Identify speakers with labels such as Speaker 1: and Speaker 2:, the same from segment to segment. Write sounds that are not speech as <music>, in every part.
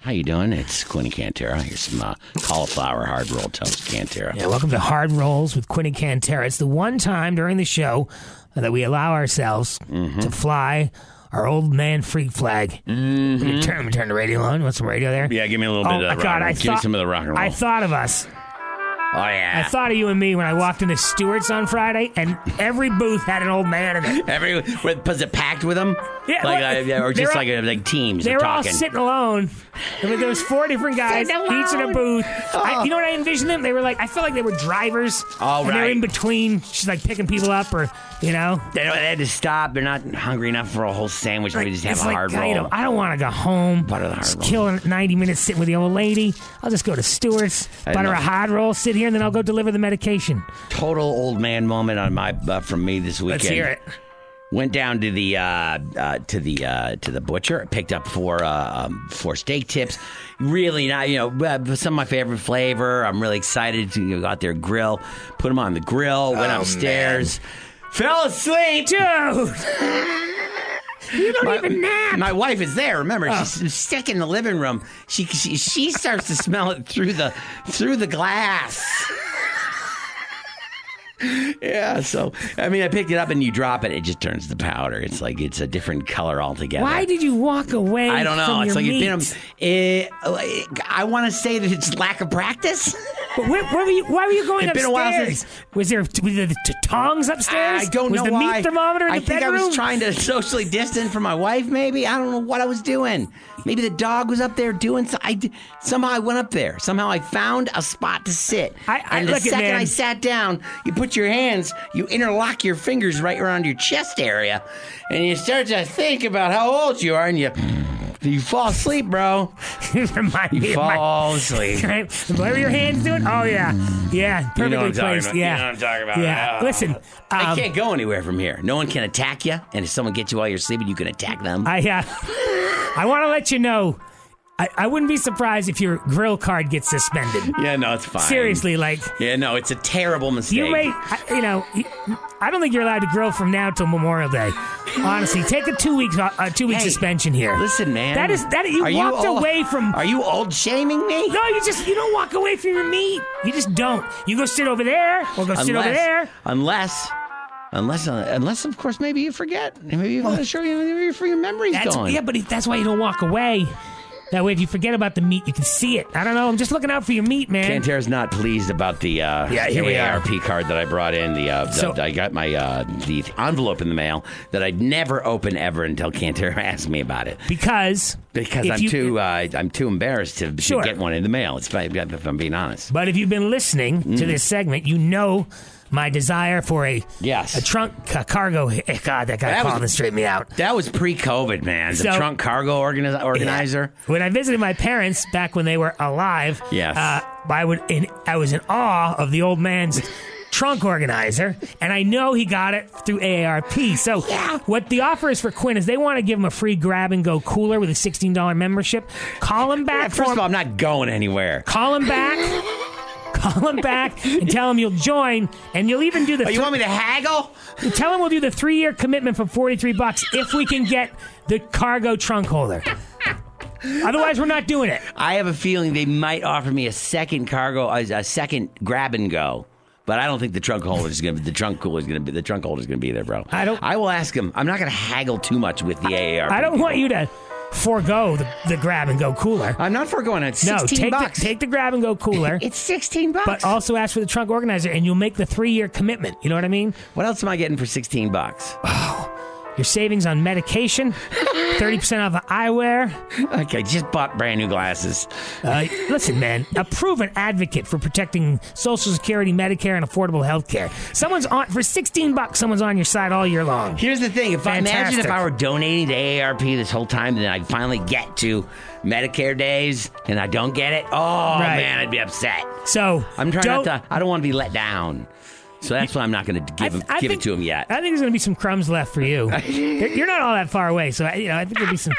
Speaker 1: How you doing? It's Quinny Cantera. Here's some uh, cauliflower hard roll toast, Cantera.
Speaker 2: Yeah, welcome to Hard Rolls with Quinny Cantera. It's the one time during the show that we allow ourselves
Speaker 1: Mm-hmm.
Speaker 2: to fly our old man freak flag. Mm-hmm. Turn, turn the radio on. Want some radio there?
Speaker 1: Yeah, give me a little
Speaker 2: oh
Speaker 1: bit of
Speaker 2: my
Speaker 1: that rock
Speaker 2: God,
Speaker 1: and roll.
Speaker 2: I
Speaker 1: Give me
Speaker 2: thought,
Speaker 1: some of the rock and roll.
Speaker 2: I thought of us.
Speaker 1: Oh yeah.
Speaker 2: I thought of you and me when I walked into Stewart's on Friday,
Speaker 1: <laughs>
Speaker 2: and every booth had an old man in it.
Speaker 1: Every with, was it packed with them?
Speaker 2: Yeah,
Speaker 1: like
Speaker 2: well,
Speaker 1: uh, yeah, or
Speaker 2: they're
Speaker 1: just
Speaker 2: all-
Speaker 1: like uh, like teams
Speaker 2: They
Speaker 1: of
Speaker 2: were all
Speaker 1: talking.
Speaker 2: sitting alone. I mean, there was four different guys,
Speaker 1: Sitting
Speaker 2: each in a
Speaker 1: alone. Ah.
Speaker 2: booth. I, you know what I envisioned them? They were like, I felt like they were drivers.
Speaker 1: All
Speaker 2: and they were
Speaker 1: right.
Speaker 2: in between, she's like picking people up, or you know,
Speaker 1: they, don't, they had to stop. They're not hungry enough for a whole sandwich.
Speaker 2: like,
Speaker 1: we just have
Speaker 2: it's
Speaker 1: a
Speaker 2: like,
Speaker 1: hard
Speaker 2: God, you know,
Speaker 1: roll.
Speaker 2: I don't want to go home.
Speaker 1: Butter the hard
Speaker 2: Just
Speaker 1: roll.
Speaker 2: killing 90 minutes sitting with the old lady. I'll just go to Stewart's,
Speaker 1: I
Speaker 2: butter
Speaker 1: know.
Speaker 2: a hot roll, sit here, and then I'll go deliver the medication.
Speaker 1: Total old man moment on my uh, from me this weekend.
Speaker 2: Let's hear it.
Speaker 1: Went down to the uh, uh, to the uh, to the butcher. Picked up four uh, um, four steak tips. Really not, you know, uh, some of my favorite flavor. I'm really excited to go out there grill. Put them on the grill. Went upstairs. Fell asleep.
Speaker 2: Dude! you don't
Speaker 1: My-
Speaker 2: even nap. Oh.
Speaker 1: My wife is there. Remember, she's sick in the living room. She she, she starts to smell it through the through the glass. yeah. So I mean, I picked it up and you drop it, it just turns to powder. It's like it's a different color altogether.
Speaker 2: Why did you walk away?
Speaker 1: I don't know.
Speaker 2: From
Speaker 1: It's
Speaker 2: your
Speaker 1: like
Speaker 2: meat?
Speaker 1: it's been. A, eh, I want to say that it's lack of practice.
Speaker 2: But where, where were you? Why were you going
Speaker 1: It's been
Speaker 2: upstairs?
Speaker 1: a while since-
Speaker 2: was there t- were there the t- tongs upstairs?
Speaker 1: I don't
Speaker 2: was
Speaker 1: know
Speaker 2: the
Speaker 1: why.
Speaker 2: meat thermometer in
Speaker 1: I
Speaker 2: the
Speaker 1: think
Speaker 2: bedroom?
Speaker 1: I was
Speaker 2: <laughs>
Speaker 1: trying to socially distance from my wife. Maybe I don't know what I was doing. Maybe the dog was up there doing. So- I d- somehow I went up there. Somehow I found a spot to sit.
Speaker 2: I- I-
Speaker 1: and the
Speaker 2: look it,
Speaker 1: second
Speaker 2: man.
Speaker 1: I sat down, you put your hands, you interlock your fingers right around your chest area, and you start to think about how old you are, and you you fall asleep, bro.
Speaker 2: You <laughs> remind me
Speaker 1: You
Speaker 2: of my-
Speaker 1: fall
Speaker 2: <laughs>
Speaker 1: asleep.
Speaker 2: Right? Whatever your hands doing? Oh yeah, yeah, perfectly
Speaker 1: You know what I'm talking
Speaker 2: placed.
Speaker 1: about.
Speaker 2: Yeah,
Speaker 1: You know what I'm talking about.
Speaker 2: Yeah,
Speaker 1: Ah.
Speaker 2: listen,
Speaker 1: I
Speaker 2: um,
Speaker 1: can't go anywhere from here. No one can attack you, and if someone gets you while you're sleeping, you can attack them.
Speaker 2: I uh, I want to let you know. I, I wouldn't be surprised if your grill card gets suspended.
Speaker 1: yeah, no, it's fine.
Speaker 2: Seriously, like
Speaker 1: Yeah, no, it's a terrible mistake.
Speaker 2: you wait. I, you know, you- I don't think you're allowed to grill from now till Memorial Day. Honestly, take a two week uh, two week
Speaker 1: Hey,
Speaker 2: suspension here.
Speaker 1: Listen, man.
Speaker 2: That is that you
Speaker 1: Are
Speaker 2: walked
Speaker 1: old-
Speaker 2: away from
Speaker 1: Are you old shaming me?
Speaker 2: No, you just you don't walk away from your meat. You just don't. You go sit over there or go
Speaker 1: unless,
Speaker 2: sit over there.
Speaker 1: Unless. Unless, uh, unless of course, maybe you forget. Maybe you want to show you maybe your- for your memory's
Speaker 2: That's,
Speaker 1: gone.
Speaker 2: yeah, but it- that's why you don't walk away. That way, if you forget about the meat, you can see it. I don't know. I'm just looking out for your meat, man.
Speaker 1: Cantera's not pleased about the uh,
Speaker 2: Yeah, here we are.
Speaker 1: AARP card that I brought in. The, uh, the-
Speaker 2: So-
Speaker 1: I got my uh, the envelope in the mail that I'd never open ever until Cantera <laughs> asked me about it
Speaker 2: because
Speaker 1: because
Speaker 2: if
Speaker 1: I'm
Speaker 2: you-
Speaker 1: too uh, I'm too embarrassed to, to
Speaker 2: Sure.
Speaker 1: get one in the mail. It's fine, if I'm being honest.
Speaker 2: But if you've been listening
Speaker 1: Mm.
Speaker 2: to this segment, you know my desire for a
Speaker 1: Yes.
Speaker 2: a trunk ca- cargo. <laughs> eh, God, that guy
Speaker 1: That was-
Speaker 2: called and straightened me out.
Speaker 1: That was pre-COVID, man. The
Speaker 2: So-
Speaker 1: trunk cargo organi- organizer.
Speaker 2: When I visited my parents back when they were alive,
Speaker 1: Yes.
Speaker 2: uh, I would in, I was in awe of the old man's
Speaker 1: <laughs>
Speaker 2: trunk organizer, and I know he got it through AARP. So what the offer is for Quinn is they want to give him a free grab and go cooler with a sixteen dollar membership. Call him back. for
Speaker 1: First
Speaker 2: him-
Speaker 1: of all, I'm not going anywhere.
Speaker 2: call
Speaker 1: <laughs>
Speaker 2: him back. Call him back and tell him you'll join, and you'll even do the.
Speaker 1: Oh, you want me to haggle?
Speaker 2: Tell him we'll do the three-year commitment for forty-three bucks if we can get the cargo trunk holder. Otherwise, we're not doing it.
Speaker 1: I have a feeling they might offer me a second cargo, a, a second grab and go. But I don't think the trunk holder is going to. The trunk cooler is going to be. The trunk holder is going to be there, bro.
Speaker 2: I don't-
Speaker 1: I will ask him. I'm not going to haggle too much with the AARP.
Speaker 2: I don't
Speaker 1: people.
Speaker 2: want you to forego the, the grab and go cooler.
Speaker 1: I'm not foregoing it. It's
Speaker 2: No,
Speaker 1: 16
Speaker 2: take
Speaker 1: Uh, bucks.
Speaker 2: the take the grab and go cooler,
Speaker 1: <laughs> it's 16 bucks.
Speaker 2: but also ask for the trunk organizer, and you'll make the three year commitment. You know what I mean?
Speaker 1: what else am I getting for 16 bucks?
Speaker 2: Your savings
Speaker 1: <laughs>
Speaker 2: on medication, 30% off of eyewear.
Speaker 1: Okay, just bought brand new glasses.
Speaker 2: Uh, listen, man, a proven advocate for protecting Social Security, Medicare, and affordable health care. Someone's on, for 16 bucks, someone's on your side all year long.
Speaker 1: Here's the thing: if I imagine if
Speaker 2: Fantastic.
Speaker 1: I were donating to AARP this whole time, then I finally get to Medicare days and I don't get it. Oh
Speaker 2: Right.
Speaker 1: man, I'd be upset.
Speaker 2: So
Speaker 1: I'm trying
Speaker 2: don't,
Speaker 1: not to. I don't want to be let down. So that's why I'm not going to give him,
Speaker 2: I
Speaker 1: give
Speaker 2: think-
Speaker 1: it to him yet.
Speaker 2: I think there's going to be some crumbs left
Speaker 1: <laughs>
Speaker 2: for you. You're you're not all that far away, so I- you know I think there'll be some.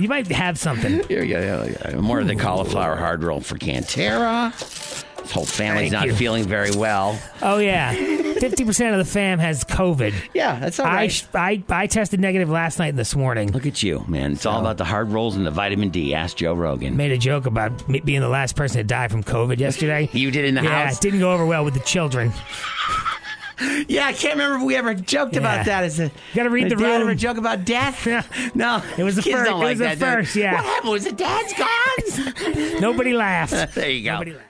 Speaker 2: You might have something.
Speaker 1: Here we go. Here we go. More of the cauliflower hard roll for Cantera. This whole family's
Speaker 2: Thank
Speaker 1: not
Speaker 2: you.
Speaker 1: feeling very well.
Speaker 2: Oh yeah, fifty percent of the fam has COVID.
Speaker 1: Yeah, that's all
Speaker 2: I,
Speaker 1: right.
Speaker 2: sh- I I tested negative last night and this morning.
Speaker 1: Look at you, man. It's all about the hard rolls and the vitamin D. Ask Joe Rogan.
Speaker 2: Made a joke about me being the last person to die from COVID yesterday.
Speaker 1: <laughs> You did in the
Speaker 2: yeah,
Speaker 1: house?
Speaker 2: it didn't go over well with the children. <laughs>
Speaker 1: Yeah, I can't remember if we ever joked
Speaker 2: Yeah.
Speaker 1: about that. As a, you
Speaker 2: gotta read the
Speaker 1: dad
Speaker 2: room.
Speaker 1: ever joke about death?
Speaker 2: Yeah.
Speaker 1: No,
Speaker 2: It was the
Speaker 1: kids
Speaker 2: first-
Speaker 1: Don't
Speaker 2: it
Speaker 1: like
Speaker 2: was the
Speaker 1: that, do they?
Speaker 2: first, yeah. <laughs>
Speaker 1: What happened? Was the dad's gone?
Speaker 2: Nobody
Speaker 1: <laughs>
Speaker 2: laughed.
Speaker 1: there you go.
Speaker 2: Nobody laughed.